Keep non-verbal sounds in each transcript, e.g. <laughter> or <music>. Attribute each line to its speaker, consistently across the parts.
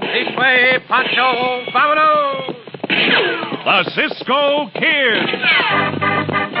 Speaker 1: This way, Pancho. Vámonos.
Speaker 2: The Cisco Kid.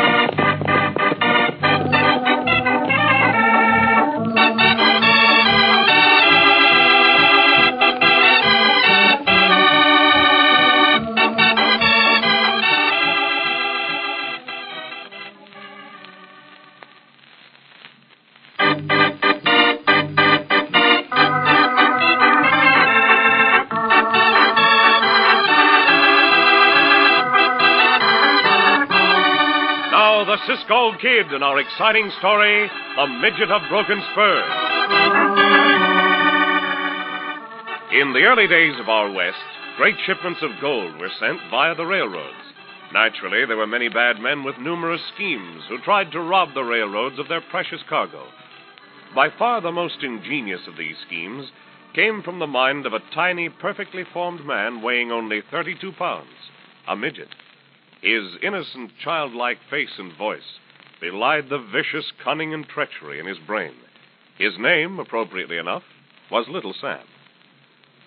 Speaker 2: Now, the Cisco Kid in our exciting story, The Midget of Broken Spur. In the early days of our West, great shipments of gold were sent via the railroads. Naturally, there were many bad men with numerous schemes who tried to rob the railroads of their precious cargo. By far the most ingenious of these schemes came from the mind of a tiny, perfectly formed man weighing only 32 pounds, a midget. His innocent, childlike face and voice belied the vicious cunning and treachery in his brain. His name, appropriately enough, was Little Sam.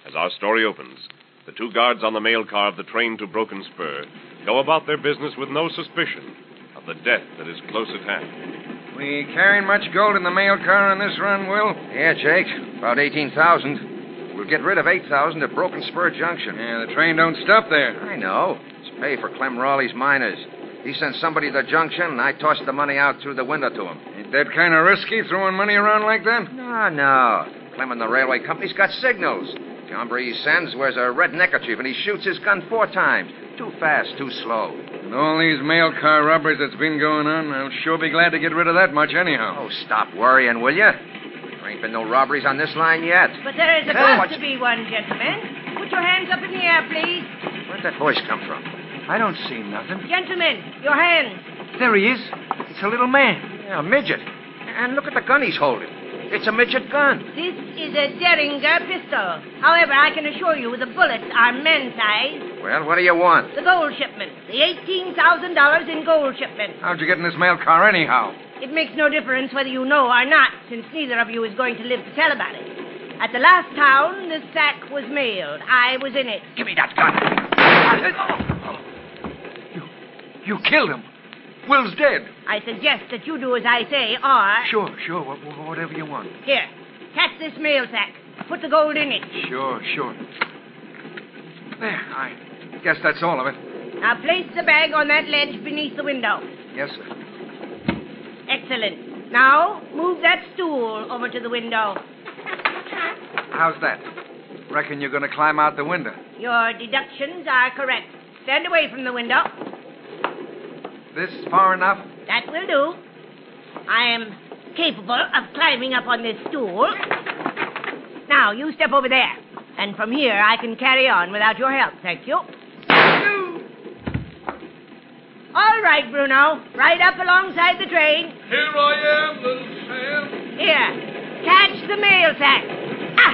Speaker 2: As our story opens, the two guards on the mail car of the train to Broken Spur go about their business with no suspicion of the death that is close at hand.
Speaker 3: We carrying much gold in the mail car on this run, Will? Yeah, Jake. About 18,000. We'll get rid of 8,000 at Broken Spur Junction. Yeah, the train don't stop there. I know. It's pay for Clem Rawley's miners. He sent somebody to the junction, and I tossed the money out through the window to him. Ain't that kind of risky, throwing money around like that? No, no. Clem and the railway company's got signals. The hombre he sends wears a red neckerchief, and he shoots his gun four times. Too fast, too slow.
Speaker 4: And all these mail car robberies that's been going on, I'll sure be glad to get rid of that much anyhow.
Speaker 3: Oh, stop worrying, will you? There ain't been no robberies on this line yet.
Speaker 5: But there is
Speaker 3: Hey,
Speaker 5: about
Speaker 3: what's-
Speaker 5: to be one, gentlemen. Put your hands up in the air, please.
Speaker 3: Where'd that voice come from?
Speaker 4: I don't see nothing.
Speaker 5: Gentlemen, your hands.
Speaker 4: There he is. It's a little man.
Speaker 3: Yeah, a midget. And look at the gun he's holding. It's a midget gun.
Speaker 5: This is a Deringer pistol. However, I can assure you the bullets are men's size.
Speaker 3: Well, what do you want?
Speaker 5: The gold shipment, the $18,000 in gold shipment.
Speaker 4: How'd you get in this mail car anyhow?
Speaker 5: It makes no difference whether you know or not, since neither of you is going to live to tell about it. At the last town, the sack was mailed. I was in it.
Speaker 3: Give me that gun.
Speaker 4: You killed him. Will's dead.
Speaker 5: I suggest that you do as I say, or.
Speaker 4: Sure, sure. wha- wha- whatever you want.
Speaker 5: Here, catch this mail sack. Put the gold in it.
Speaker 4: Sure, sure. There. I guess that's all of it.
Speaker 5: Now place the bag on that ledge beneath the window.
Speaker 4: Yes, sir.
Speaker 5: Excellent. Now move that stool over to the window.
Speaker 4: How's that? Reckon you're going to climb out the window.
Speaker 5: Your deductions are correct. Stand away from the window.
Speaker 4: This far enough?
Speaker 5: That will do. I am capable of climbing up on this stool. Now you step over there. And from here I can carry on without your help, thank you. All right, Bruno. Right up alongside the train.
Speaker 4: Here I am, little Sam.
Speaker 5: Here. Catch the mail sack. Ah!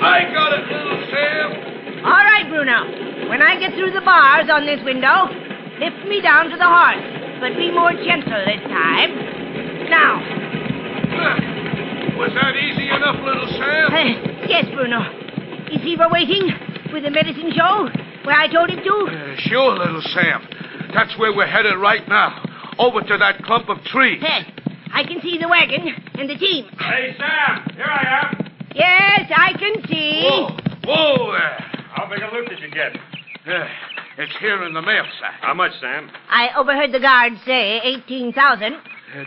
Speaker 4: I got it, little Sam.
Speaker 5: All right, Bruno. When I get through the bars on this window, lift me down to the horse, but be more gentle this time. Now.
Speaker 4: Was that easy enough, little Sam?
Speaker 5: Eh, yes, Bruno. Is Eva waiting with the medicine show where I told him to?
Speaker 4: Uh, sure, little Sam. That's where we're headed right now. Over to that clump of trees.
Speaker 5: Yes. I can see the wagon and the team.
Speaker 2: Hey, Sam, here I am.
Speaker 5: Yes, I can see.
Speaker 4: Whoa there.
Speaker 2: How big a loot did you get?
Speaker 4: Uh, it's here in the mail sack.
Speaker 2: How much, Sam?
Speaker 5: I overheard the guard say 18,000.
Speaker 4: Uh,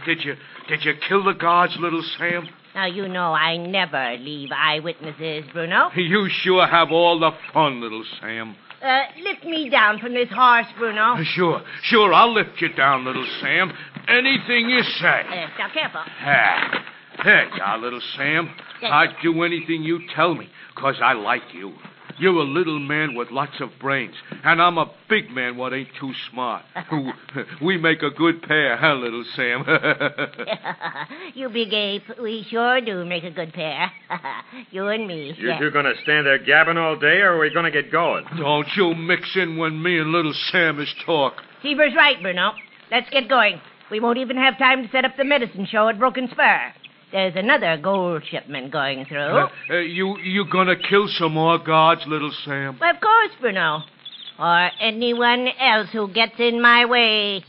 Speaker 4: did you did you kill the guards, little Sam?
Speaker 5: Now, you know I never leave eyewitnesses, Bruno.
Speaker 4: You sure have all the fun, little Sam.
Speaker 5: Uh, lift me down from this horse, Bruno.
Speaker 4: Uh, Sure, sure, I'll lift you down, little Sam. Anything you say.
Speaker 5: Uh, now, careful. <laughs>
Speaker 4: Ah, there you are, little Sam.
Speaker 5: Yes.
Speaker 4: I'd do anything you tell me, 'cause I like you. You're a little man with lots of brains, and I'm a big man what ain't too smart. we make a good pair, huh, little Sam? <laughs>
Speaker 5: you big ape, we sure do make a good pair. <laughs> you and me.
Speaker 6: You
Speaker 5: yeah.
Speaker 6: two gonna stand there gabbing all day, or are we gonna get going?
Speaker 4: Don't you mix in when me and little Sam is talk.
Speaker 5: Seaver's right, Bruno. Let's get going. We won't even have time to set up the medicine show at Broken Spur. There's another gold shipment going through.
Speaker 4: Uh, uh, you you gonna kill some more guards, little Sam?
Speaker 5: Well, of course, Bruno. Or anyone else who gets in my way.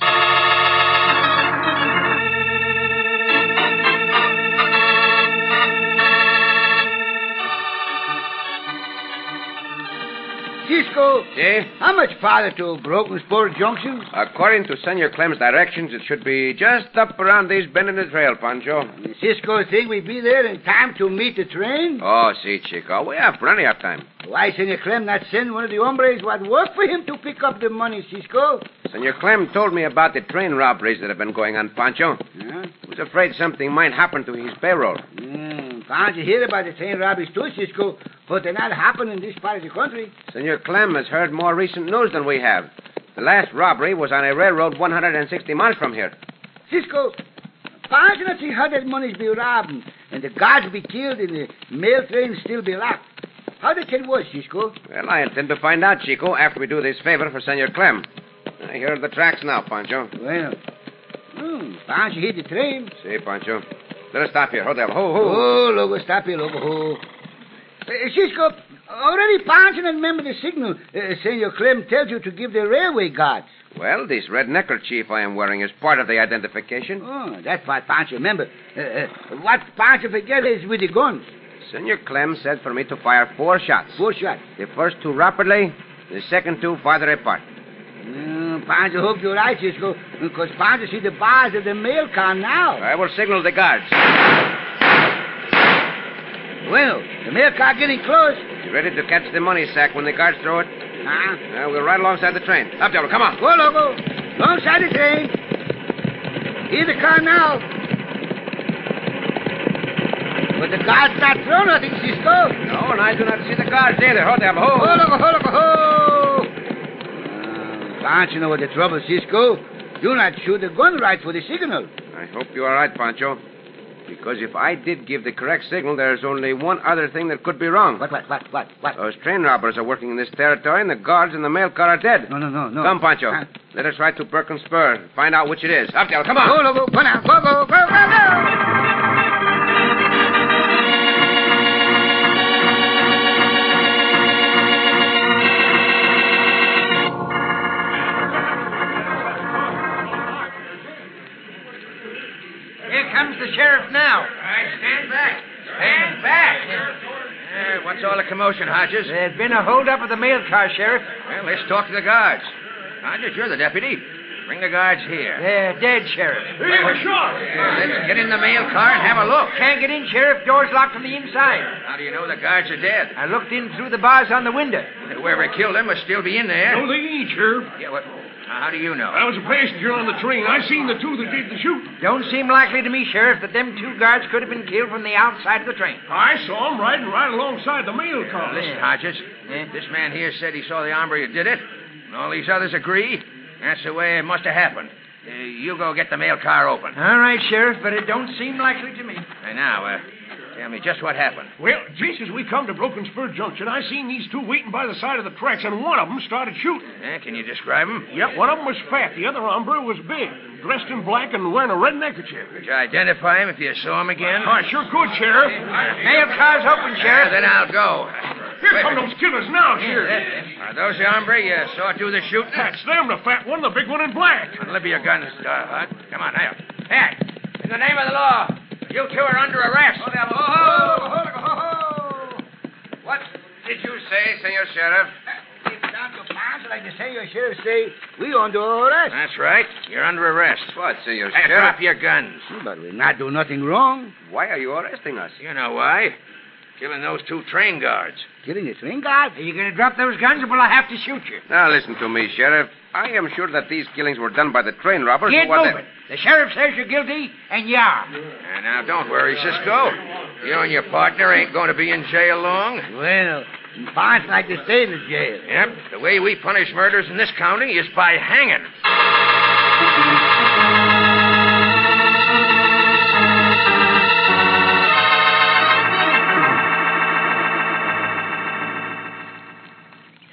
Speaker 7: Cisco,
Speaker 8: Eh?
Speaker 7: how much farther to Broken Spur Junction?
Speaker 8: According to Senor Clem's directions, it should be just up around this bend in the trail, Pancho.
Speaker 7: Cisco think we be there in time to meet the train?
Speaker 8: Oh, see, Chico, we have plenty of time.
Speaker 7: Why, Senor Clem not send one of the hombres what work for him to pick up the money, Cisco?
Speaker 8: Senor Clem told me about the train robberies that have been going on, Pancho.
Speaker 7: Huh?
Speaker 8: He was afraid something might happen to his payroll.
Speaker 7: Mm, can't you hear about the train robberies too, Cisco? But they not happen in this part of the country.
Speaker 8: Senor Clem has heard more recent news than we have. The last robbery was on a railroad 160 miles from here.
Speaker 7: Cisco, can't you not see how that money's be robbed and the guards be killed and the mail train still be locked? How they can work, Cisco?
Speaker 8: Well, I intend to find out, Chico, after we do this favor for Senor Clem. Uh, Here are the tracks now, Pancho.
Speaker 7: Well, hmm, can't you hear the train?
Speaker 8: See, Pancho. Let us stop here. Hold up. Ho, ho.
Speaker 7: Oh, Logo, stop here, Logo. Oh. Uh, Cisco, already Ponson and remember the signal uh, Senor Clem tells you to give the railway guards.
Speaker 8: Well, this red neckerchief I am wearing is part of the identification.
Speaker 7: Oh, that's what Ponson remember. Uh, uh, what Ponson forget is with the guns.
Speaker 8: Senor Clem said for me to fire four shots.
Speaker 7: Four shots.
Speaker 8: The first two rapidly, the second two farther apart.
Speaker 7: Mm, Ponson hope you're right, Cisco, because Ponson see the bars of the mail car now.
Speaker 8: I will signal the guards.
Speaker 7: Well, the mail car getting close.
Speaker 8: You ready to catch the money sack when the guards throw it?
Speaker 7: Huh?
Speaker 8: Uh, we're right alongside the train. Up, Diablo, come on.
Speaker 7: Go, Logo. Alongside the train. Hear the car now. But the guard's not throw nothing, Cisco.
Speaker 8: No, and I do not see the guards either. Hold up. Ho,
Speaker 7: Ho,
Speaker 8: ho.
Speaker 7: Logo, ho, Logo, ho. Uh, can't you know what the trouble, Cisco? You're not sure the gun right for the signal.
Speaker 8: I hope you are right, Pancho. Because if I did give the correct signal, there is only one other thing that could be wrong.
Speaker 7: What, what, what, what, what?
Speaker 8: Those train robbers are working in this territory, and the guards and the mail car are dead.
Speaker 7: No, no, no, no. Ah.
Speaker 8: Come, Pancho.
Speaker 7: Huh?
Speaker 8: Let us ride to Perkins Spur and find out which it is. Up, Diablo, come on.
Speaker 7: Go, Logo, go now. Go, go, go, go, go.
Speaker 3: Here comes the sheriff now. All right, stand back. Stand back.
Speaker 8: what's all the commotion, Hodges?
Speaker 3: There's been a holdup of the mail car, Sheriff.
Speaker 8: Well, let's talk to the guards. Hodges, you're the deputy. Bring the guards here.
Speaker 3: They're dead, Sheriff.
Speaker 8: Let's get in the mail car and have a look.
Speaker 3: Can't get in, Sheriff. Door's locked from the inside.
Speaker 8: How do you know the guards are dead?
Speaker 3: I looked in through the bars on the window.
Speaker 8: Whoever killed them must still be in there.
Speaker 9: No, they ain't, Sheriff.
Speaker 8: Yeah, what, how do you know?
Speaker 9: I was a passenger on the train. I seen the two that did the shooting.
Speaker 3: Don't seem likely to me, Sheriff, that them two guards could have been killed from the outside of the train.
Speaker 9: I saw 'em riding right alongside the mail car.
Speaker 8: Listen, Hodges.
Speaker 3: Yeah.
Speaker 8: This man here said he saw the hombre who did it, and all these others agree. That's the way it must have happened. Uh, you go get the mail car open.
Speaker 3: All right, Sheriff, but it don't seem likely to me.
Speaker 8: Hey, now, uh, tell me just what happened.
Speaker 9: Well, just as we come to Broken Spur Junction, I seen these two waiting by the side of the tracks, and one of 'em started shooting.
Speaker 8: Eh, can you describe him?
Speaker 9: Yep, one of 'em was fat. The other hombre was big, dressed in black and wearing a red neckerchief.
Speaker 8: Could you identify him if you saw him again?
Speaker 9: I sure could, Sheriff.
Speaker 3: Mail car's open,
Speaker 8: Yeah,
Speaker 3: Sheriff.
Speaker 8: then I'll go.
Speaker 9: Here come those killers now, Sheriff.
Speaker 8: Are those the hombre you saw do the shooting?
Speaker 9: That's them, the fat one, the big one in black.
Speaker 8: Let me your guns, uh, Hud. Come on, now. Hey, in the name of the law, you two are under arrest. Hold up. What did you say, Senor Sheriff?
Speaker 7: It's down to Ponson, like the Senor Sheriff say. We on the arrest.
Speaker 8: That's right. You're under arrest. What, Senor Sheriff? Drop your guns.
Speaker 7: But we not do nothing wrong.
Speaker 8: Why are you arresting us? You know why. Killing those two train guards.
Speaker 7: Killing a train guard?
Speaker 3: Are you going to drop those guns or will I have to shoot you?
Speaker 8: Now, listen to me, Sheriff. I am sure that these killings were done by the train robbers.
Speaker 3: Get
Speaker 8: who are
Speaker 3: moving. The sheriff says you're guilty, and you are.
Speaker 8: Uh, now, don't worry, Cisco. You and your partner ain't going to be in jail long.
Speaker 7: Well, parts like to stay in the jail.
Speaker 8: Yep. The way we punish murders in this county is by hanging.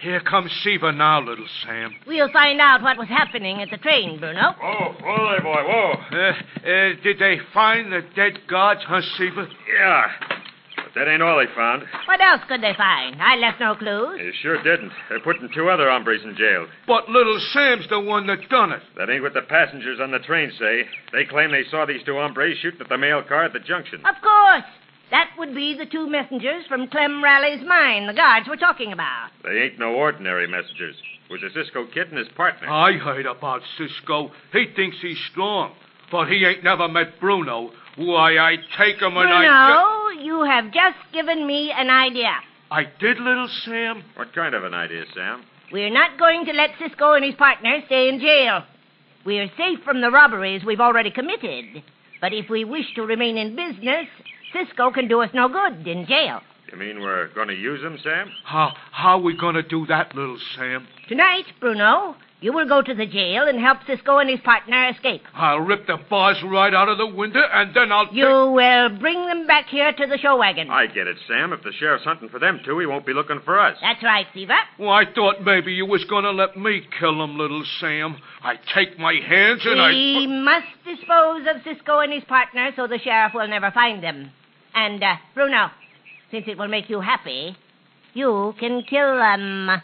Speaker 4: Here comes Siva now, little Sam.
Speaker 5: We'll find out what was happening at the train, Bruno.
Speaker 6: Oh, whoa there, boy, whoa.
Speaker 4: Uh, uh, did they find the dead guards, huh, Siva?
Speaker 6: Yeah. But that ain't all they found.
Speaker 5: What else could they find? I left no clues.
Speaker 6: They sure didn't. They're putting two other hombres in jail.
Speaker 4: But little Sam's the one that done it.
Speaker 6: That ain't what the passengers on the train say. They claim they saw these two hombres shooting at the mail car at the junction.
Speaker 5: Of course. That would be the two messengers from Clem Rally's mine the guards were talking about.
Speaker 6: They ain't no ordinary messengers. It was a Cisco kid and his partner.
Speaker 4: I heard about Cisco. He thinks he's strong, but he ain't never met Bruno. Why, I take him and I.
Speaker 5: Bruno, you have just given me an idea.
Speaker 4: I did, little Sam.
Speaker 6: What kind of an idea, Sam?
Speaker 5: We're not going to let Cisco and his partner stay in jail. We're safe from the robberies we've already committed. But if we wish to remain in business, Cisco can do us no good in jail.
Speaker 6: You mean we're going to use them, Sam?
Speaker 4: How how we gonna do that, little Sam?
Speaker 5: Tonight, Bruno, you will go to the jail and help Cisco and his partner escape.
Speaker 4: I'll rip the bars right out of the window and then I'll.
Speaker 5: You will bring them back here to the show wagon.
Speaker 6: I get it, Sam. If the sheriff's hunting for them two, he won't be looking for us.
Speaker 5: That's right, Siva.
Speaker 4: Well, I thought maybe you was gonna let me kill him, little Sam. I take my hands and I.
Speaker 5: We must dispose of Cisco and his partner so the sheriff will never find them. And, uh, Bruno, since it will make you happy, you can kill them.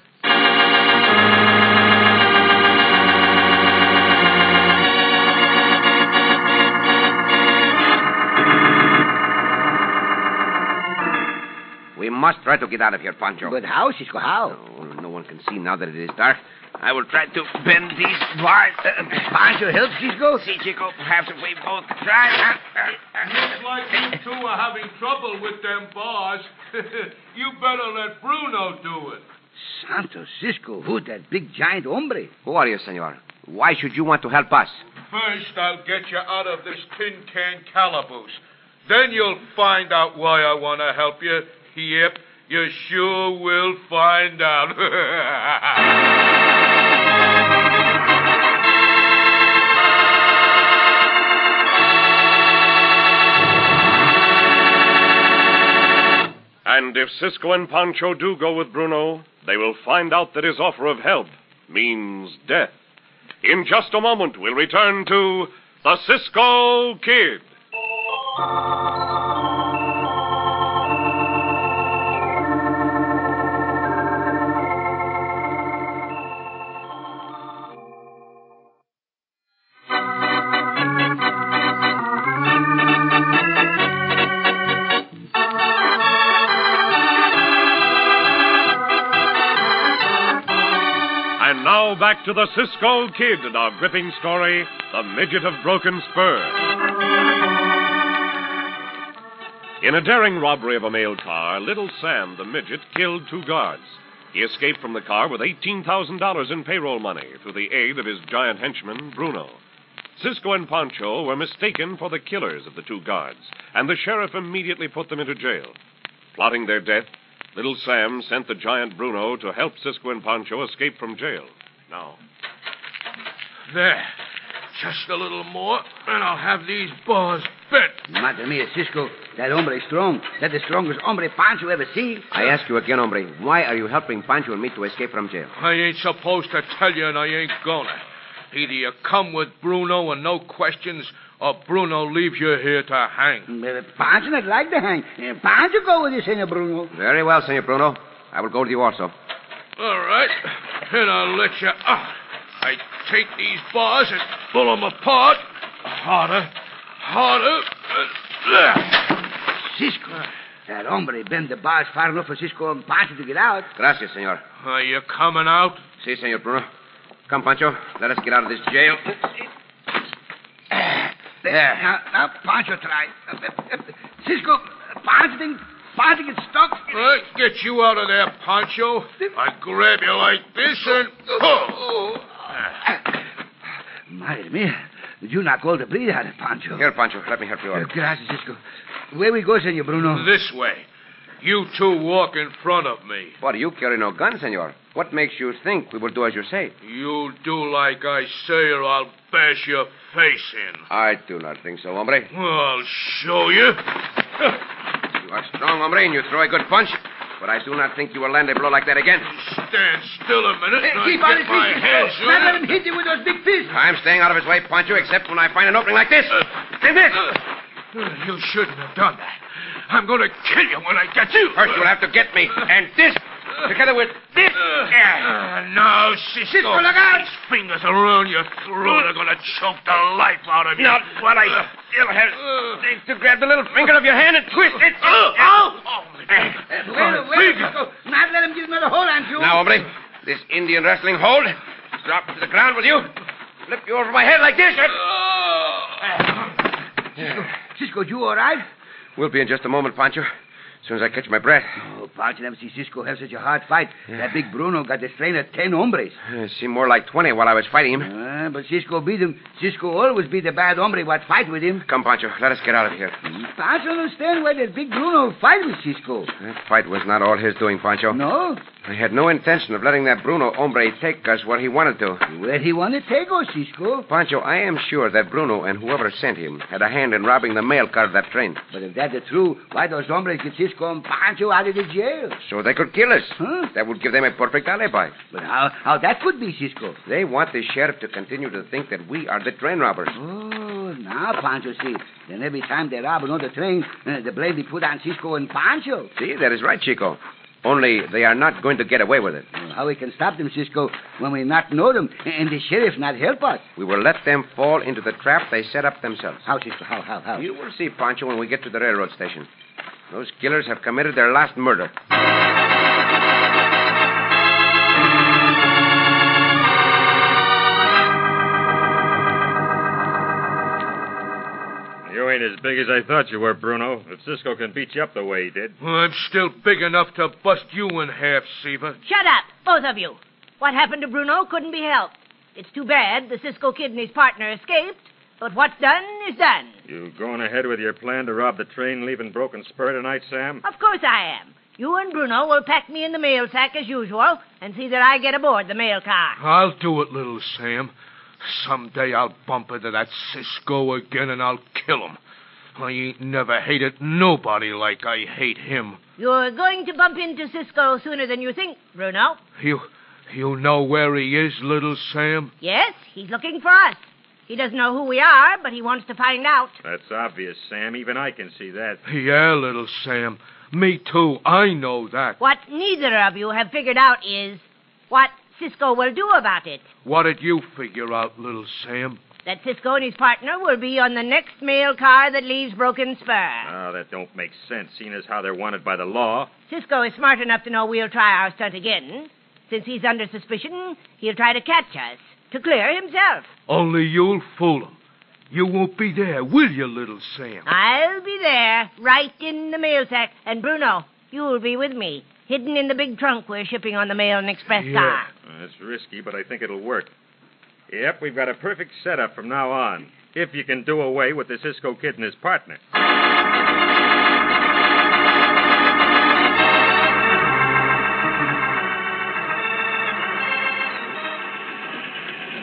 Speaker 8: We must try to get out of here, Pancho.
Speaker 7: But how, Cisco, how?
Speaker 8: No, no one can see now that it is dark. I will try to bend these bars. Uh, Pancho, help Chico. See, Chico, perhaps if we both try.
Speaker 4: Looks like you two are having trouble with them bars. <laughs> you better let Bruno do it.
Speaker 7: Santo Cisco, who that big giant hombre?
Speaker 8: Who are you, senor? Why should you want to help us?
Speaker 4: First, I'll get you out of this tin can calaboose. Then you'll find out why I want to help you. Yep, you sure will find out. <laughs>
Speaker 2: And if Cisco and Pancho do go with Bruno, they will find out that his offer of help means death. In just a moment, we'll return to the Cisco Kid. And now back to the Cisco Kid and our gripping story, The Midget of Broken Spur. In a daring robbery of a mail car, Little Sam, the midget, killed two guards. He escaped from the car with $18,000 in payroll money through the aid of his giant henchman, Bruno. Cisco and Pancho were mistaken for the killers of the two guards, and the sheriff immediately put them into jail. Plotting their death, Little Sam sent the giant Bruno to help Cisco and Pancho escape from jail. Now,
Speaker 4: there. Just a little more, and I'll have these bars bent.
Speaker 7: Madre mia, Cisco, that hombre is strong. That the strongest hombre Pancho ever see.
Speaker 8: I ask you again, hombre, why are you helping Pancho and me to escape from jail?
Speaker 4: I ain't supposed to tell you, and I ain't gonna. Either you come with Bruno and no questions, or Bruno leaves you here to hang.
Speaker 7: Uh, Pancho not like to hang. Uh, Pancho go with you, Senor Bruno.
Speaker 8: Very well, Senor Bruno. I will go with you also.
Speaker 4: All right, and I'll let you out. I take these bars and pull 'em apart. Harder, harder. and There.
Speaker 7: Cisco, that hombre bend the bars far enough for Cisco and Pancho to get out.
Speaker 8: Gracias, senor.
Speaker 4: Are you coming out?
Speaker 8: Si, senor Bruno. Come, Pancho. Let us get out of this jail.
Speaker 7: There. Now, now Pancho try. Cisco, Pancho think bound to get stuck.
Speaker 4: Let's get you out of there, Pancho. I grab you like this and. Oh,
Speaker 7: Marry me. You're not going to bleed out of Pancho.
Speaker 8: Here, Pancho, let me help you out.
Speaker 7: Gracias, Cisco. Where we go, Senor Bruno?
Speaker 4: this way. You two walk in front of me.
Speaker 8: What, you carry no gun, senor? What makes you think we will do as you say?
Speaker 4: You do like I say, or I'll bash your face in.
Speaker 8: I do not think so, hombre.
Speaker 4: I'll show you.
Speaker 8: You are strong, hombre, and you throw a good punch. But I do not think you will land a blow like that again.
Speaker 4: Stand still a minute. and I'll
Speaker 7: keep
Speaker 4: get
Speaker 7: on his
Speaker 4: my
Speaker 7: feet,
Speaker 4: hands
Speaker 7: Cisco.
Speaker 4: on
Speaker 7: Not
Speaker 4: it.
Speaker 7: let him hit you with those big fists.
Speaker 8: I'm staying out of his way, Pancho, except when I find an opening like this. In this!
Speaker 4: Uh, You shouldn't have done that. I'm going to kill you when I get you.
Speaker 8: First, you will have to get me, and this, together with this.
Speaker 4: Ah, now, Cisco.
Speaker 8: Cisco, look out.
Speaker 4: His fingers around your throat are going to choke the life out of you. Uh,
Speaker 8: Not what I still have strength to grab the little finger of your hand and twist it.
Speaker 4: Oh, oh,
Speaker 7: Wait, wait, Cisco. Not let him get another hold on you.
Speaker 8: Now, hombre, this Indian wrestling hold. Drop to the ground, will you? Flip you over my head like this.
Speaker 7: Cisco, you all right?
Speaker 8: We'll be in just a moment, Pancho. As soon as I catch my breath.
Speaker 7: Oh, Pancho, let me see Cisco have such a hard fight. That big Bruno got the strain of ten hombres.
Speaker 8: It seemed more like 20 while I was fighting him.
Speaker 7: Ah, but Cisco beat him. Cisco always beat the bad hombre what fight with him.
Speaker 8: Come, Pancho, let us get out of here.
Speaker 7: I don't understand why that big Bruno fight with Cisco.
Speaker 8: That fight was not all his doing, Pancho.
Speaker 7: No?
Speaker 8: I had no intention of letting that Bruno hombre take us where he wanted to.
Speaker 7: Where he want to take us, Cisco?
Speaker 8: Pancho, I am sure that Bruno and whoever sent him had a hand in robbing the mail car of that train
Speaker 7: But if that's the truth, why those hombres get Cisco and Pancho out of the jail?
Speaker 8: so they could kill us.
Speaker 7: Huh?
Speaker 8: That would give them a perfect alibi.
Speaker 7: But how, how that could be, Cisco?
Speaker 8: They want the sheriff to continue to think that we are the train robbers.
Speaker 7: Oh, now Pancho see. Then every time they rob another train, uh, the blame they put on Cisco and Pancho.
Speaker 8: See, that is right, Chico. Only they are not going to get away with it.
Speaker 7: Well, how we can stop them, Cisco, when we not know them and the sheriff not help us?
Speaker 8: We will let them fall into the trap they set up themselves.
Speaker 7: How, Cisco? How, how, how?
Speaker 8: You will see, Pancho, when we get to the railroad station. Those killers have committed their last murder.
Speaker 6: You ain't as big as I thought you were, Bruno. If Cisco can beat you up the way he did.
Speaker 4: Well, I'm still big enough to bust you in half, Seaver.
Speaker 5: Shut up, both of you. What happened to Bruno couldn't be helped. It's too bad the Cisco Kid and his partner escaped, but what's done is done.
Speaker 6: You going ahead with your plan to rob the train leaving Broken Spur tonight, Sam?
Speaker 5: Of course I am. You and Bruno will pack me in the mail sack as usual and see that I get aboard the mail car.
Speaker 4: I'll do it, little Sam. Someday I'll bump into that Cisco again and I'll kill him. I ain't never hated nobody like I hate him.
Speaker 5: You're going to bump into Cisco sooner than you think, Bruno.
Speaker 4: You, you know where he is, little Sam?
Speaker 5: Yes, he's looking for us. He doesn't know who we are, but he wants to find out.
Speaker 6: That's obvious, Sam. Even I can see that.
Speaker 4: Yeah, little Sam. Me too. I know that.
Speaker 5: What neither of you have figured out is what Cisco will do about it.
Speaker 4: What did you figure out, little Sam?
Speaker 5: That Cisco and his partner will be on the next mail car that leaves Broken Spur.
Speaker 6: Oh, that don't make sense, seeing as how they're wanted by the law.
Speaker 5: Cisco is smart enough to know we'll try our stunt again. Since he's under suspicion, he'll try to catch us to clear himself.
Speaker 4: Only you'll fool him. You won't be there, will you, little Sam?
Speaker 5: I'll be there, right in the mail sack, and Bruno, you'll be with me, hidden in the big trunk we're shipping on the mail and express
Speaker 4: Yeah.
Speaker 5: car.
Speaker 6: Uh, it's risky, but I think it'll work. Yep, we've got a perfect setup from now on. If you can do away with the Cisco kid and his partner.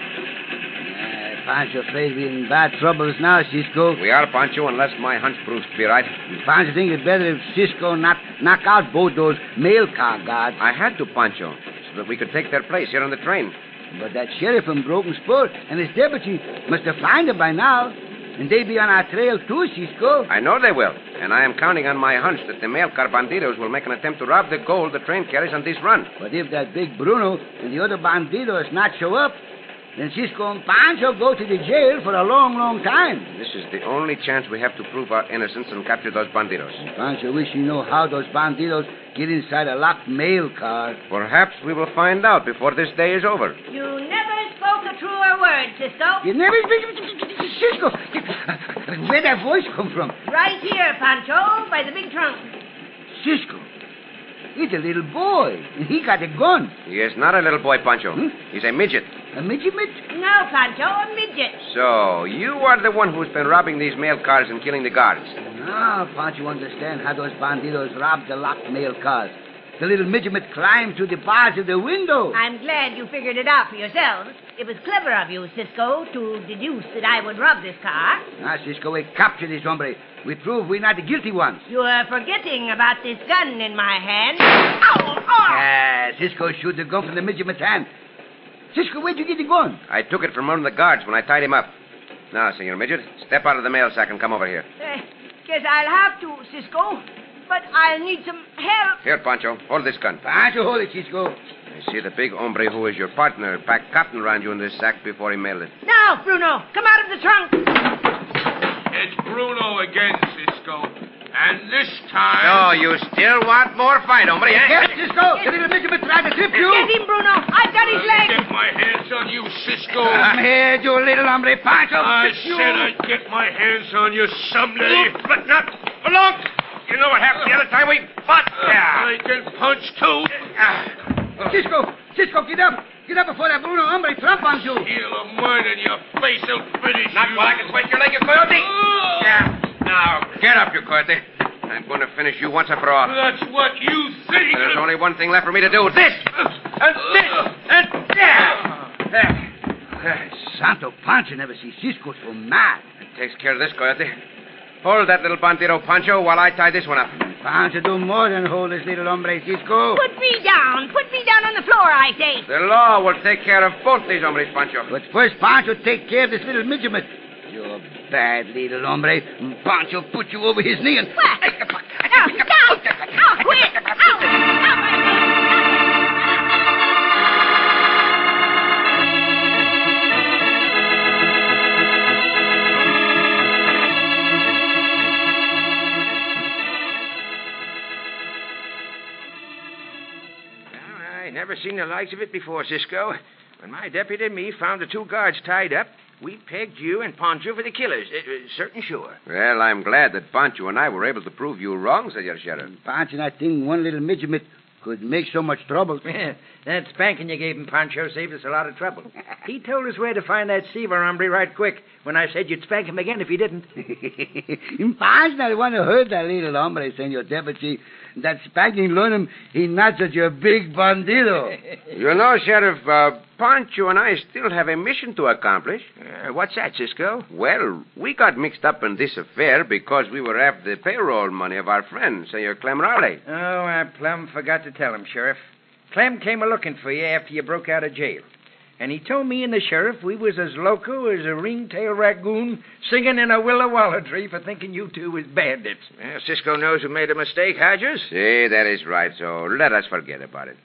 Speaker 7: Uh, Pancho afraid we're in bad troubles now, Cisco.
Speaker 8: We are, Pancho, unless my hunch proves to be right.
Speaker 7: Pancho think it's better if Cisco not knock out both those mail car guards.
Speaker 8: I had to, Pancho, so that we could take their place here on the train.
Speaker 7: But that sheriff from Broken Spur and his deputy must have found him by now. And they be on our trail too, Cisco.
Speaker 8: I know they will, and I am counting on my hunch that the mail car bandidos will make an attempt to rob the gold the train carries on this run.
Speaker 7: But if that big Bruno and the other bandidos not show up, then Cisco and Pancho go to the jail for a long, long time.
Speaker 8: This is the only chance we have to prove our innocence and capture those bandidos.
Speaker 7: Pancho wish he know how those bandidos get inside a locked mail car.
Speaker 8: Perhaps we will find out before this day is over.
Speaker 5: You never spoke a truer word, Cisco.
Speaker 7: You never Cisco. Where'd that voice come from?
Speaker 5: Right here, Pancho, by the big trunk.
Speaker 7: Cisco. He's a little boy, and he got a gun.
Speaker 8: He is not a little boy, Pancho. He's a midget.
Speaker 7: A midget midget?
Speaker 5: No, Pancho, a midget.
Speaker 8: So, you are the one who's been robbing these mail cars and killing the guards.
Speaker 7: Now, Pancho, Ah, understand how those bandidos robbed the locked mail cars. The little midget midget climbed through the bars of the window.
Speaker 5: I'm glad you figured it out for yourselves. It was clever of you, Cisco, to deduce that I would rob this car.
Speaker 7: Now, Ah, Cisco, we capture this hombre. We prove we're not the guilty ones.
Speaker 5: You are forgetting about this gun in my hand. Ow! Ow!
Speaker 7: Ah, Cisco shoot the gun from the midget midget's hand. Cisco, where'd you get the gun?
Speaker 8: I took it from one of the guards when I tied him up. Now, Senor Midget, step out of the mail sack and come over here.
Speaker 5: Uh, guess I'll have to, Cisco. But I'll need some help.
Speaker 8: Here, Pancho, hold this gun.
Speaker 7: Pancho, hold it, Cisco.
Speaker 8: I see the big hombre who is your partner packed cotton around you in this sack before he mailed it.
Speaker 5: Now, Bruno, come out of the trunk.
Speaker 4: It's Bruno again, Cisco. And this
Speaker 8: No,
Speaker 4: time.
Speaker 8: you still want more fight, hombre,
Speaker 7: Here,
Speaker 8: eh?
Speaker 7: Cisco, the little midget midget tried to trip you.
Speaker 5: Get him, Bruno. I've got his
Speaker 4: I'll
Speaker 5: leg.
Speaker 4: Get my hands on you, Cisco.
Speaker 7: Come here, you little hombre, Pancho.
Speaker 4: I
Speaker 7: Sit you.
Speaker 4: said I'd get my hands on you someday, but not for long. You know what happened the other time we fought? I can punch too.
Speaker 9: Ah.
Speaker 7: Cisco, Cisco, get up. Get up before that Bruno hombre trump on you.
Speaker 4: Heel of mine in your face will finish
Speaker 8: Not
Speaker 4: you.
Speaker 8: while I can twist your leg, you coyote.
Speaker 4: Oh.
Speaker 8: Yeah. Now, get up, you coyote. I'm going to finish you once and for all.
Speaker 4: That's what you think.
Speaker 8: There's only one thing left for me to do. This! And this! And that! There. There.
Speaker 7: Santo Pancho never see Cisco so mad.
Speaker 8: That Takes care of this, coyote. Hold that little bandito, Pancho, while I tie this one up.
Speaker 7: Pancho do more than hold this little hombre, Cisco.
Speaker 5: Put me down. Put me down on the floor, I say.
Speaker 8: The law will take care of both these hombres, Pancho.
Speaker 7: But first, Pancho, take care of this little midget. midget. You're bad, little hombre. Pancho put you over his knee and...
Speaker 5: What? Now, stop. Ow, quit. Ow. Ow, my leg. Ow.
Speaker 8: I never seen the likes of it before, Cisco. When my deputy and me found the two guards tied up, we pegged you and Pancho for the killers, certain sure. Well, I'm glad that Pancho and I were able to prove you wrong, Senor Sheriff.
Speaker 7: Pancho, I think one little midget midget could make so much trouble.
Speaker 3: that spanking you gave him, Pancho, saved us a lot of trouble. He told us where to find that Seaver hombre right quick when I said you'd spank him again if he didn't.
Speaker 7: Pancho, I want to hurt that little hombre, Senor Deputy. That spanking learn him he not such a big bandido.
Speaker 8: You know, Sheriff, uh, Pancho and I still have a mission to accomplish. what's that, Cisco? Well, we got mixed up in this affair because we were after the payroll money of our friend, Senor Clamorale.
Speaker 3: Oh, I plumb forgot to tell him, Sheriff. Clem came a looking for you after you broke out of jail. And he told me and the sheriff we was as loco as a ring-tailed raccoon singing in a willow walla tree for thinking you two was bandits.
Speaker 8: Cisco knows who made a mistake, Hodges. See, that is right, so let us forget about it.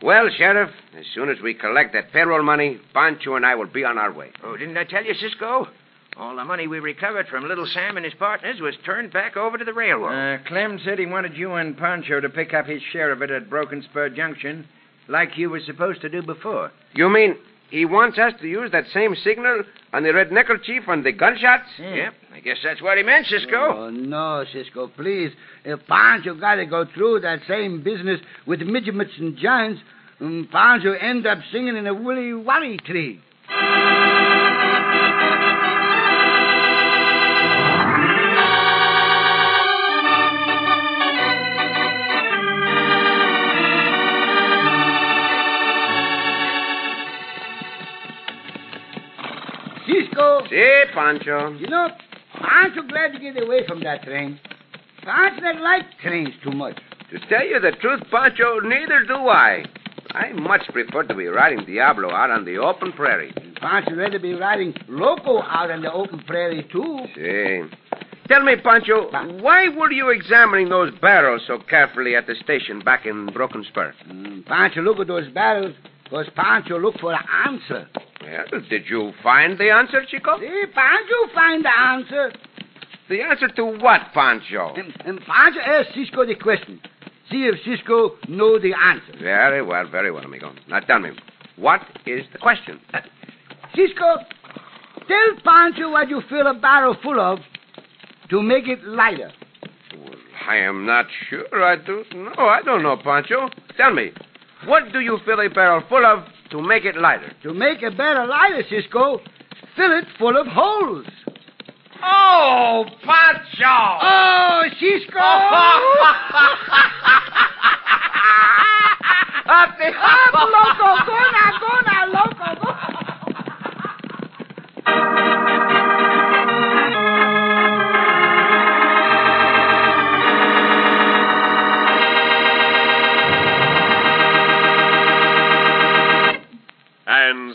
Speaker 8: Well, Sheriff, as soon as we collect that payroll money, Pancho and I will be on our way.
Speaker 3: Oh, didn't I tell you, Cisco? All the money we recovered from Little Sam and his partners was turned back over to the railroad. Uh, Clem said he wanted you and Pancho to pick up his share of it at Broken Spur Junction, like you were supposed to do before.
Speaker 8: You mean he wants us to use that same signal on the red neckerchief and the gunshots?
Speaker 3: Yeah.
Speaker 8: Yep, I guess that's what he meant, Cisco.
Speaker 7: Oh, no, Cisco, please. If Pancho got to go through that same business with midgets and giants, um, Pancho end up singing in a willy wally tree. Cisco,
Speaker 8: See, Pancho.
Speaker 7: you know, aren't you glad to get away from that train? Aren't they like trains too much?
Speaker 8: To tell you the truth, Pancho, neither do I. I much prefer to be riding Diablo out on the open prairie.
Speaker 7: Aren't you rather be riding loco out on the open prairie, too?
Speaker 8: See. Tell me, Pancho, why were you examining those barrels so carefully at the station back in Broken Spur?
Speaker 7: Mm, Pancho look at those barrels, because Pancho look for an answer.
Speaker 8: Well, did you find the answer, Chico?
Speaker 7: See, Pancho find the answer.
Speaker 8: The answer to what, Pancho?
Speaker 7: And, and Pancho ask Cisco the question. See if Cisco know the answer.
Speaker 8: Very well, very well, amigo. Now tell me, what is the question?
Speaker 10: Uh,
Speaker 7: Cisco, tell Pancho what you fill a barrel full of to make it lighter.
Speaker 11: I am not sure. I do. No, I don't know, Pancho. Tell me, what do you fill a barrel full of to make it lighter?
Speaker 7: To make a better lighter, Cisco, fill it full of holes.
Speaker 10: Oh, Pancho!
Speaker 7: Oh, Cisco!
Speaker 10: loco,
Speaker 8: And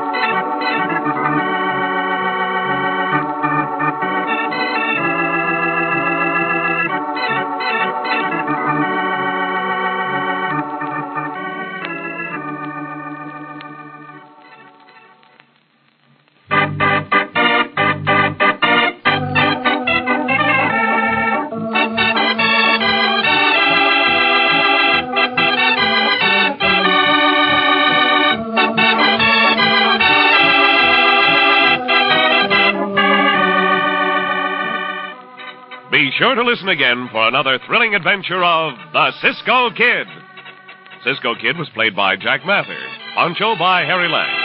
Speaker 8: Be sure to listen again for another thrilling adventure of The Cisco Kid. Cisco Kid was played by Jack Mather, Poncho by Harry Lang.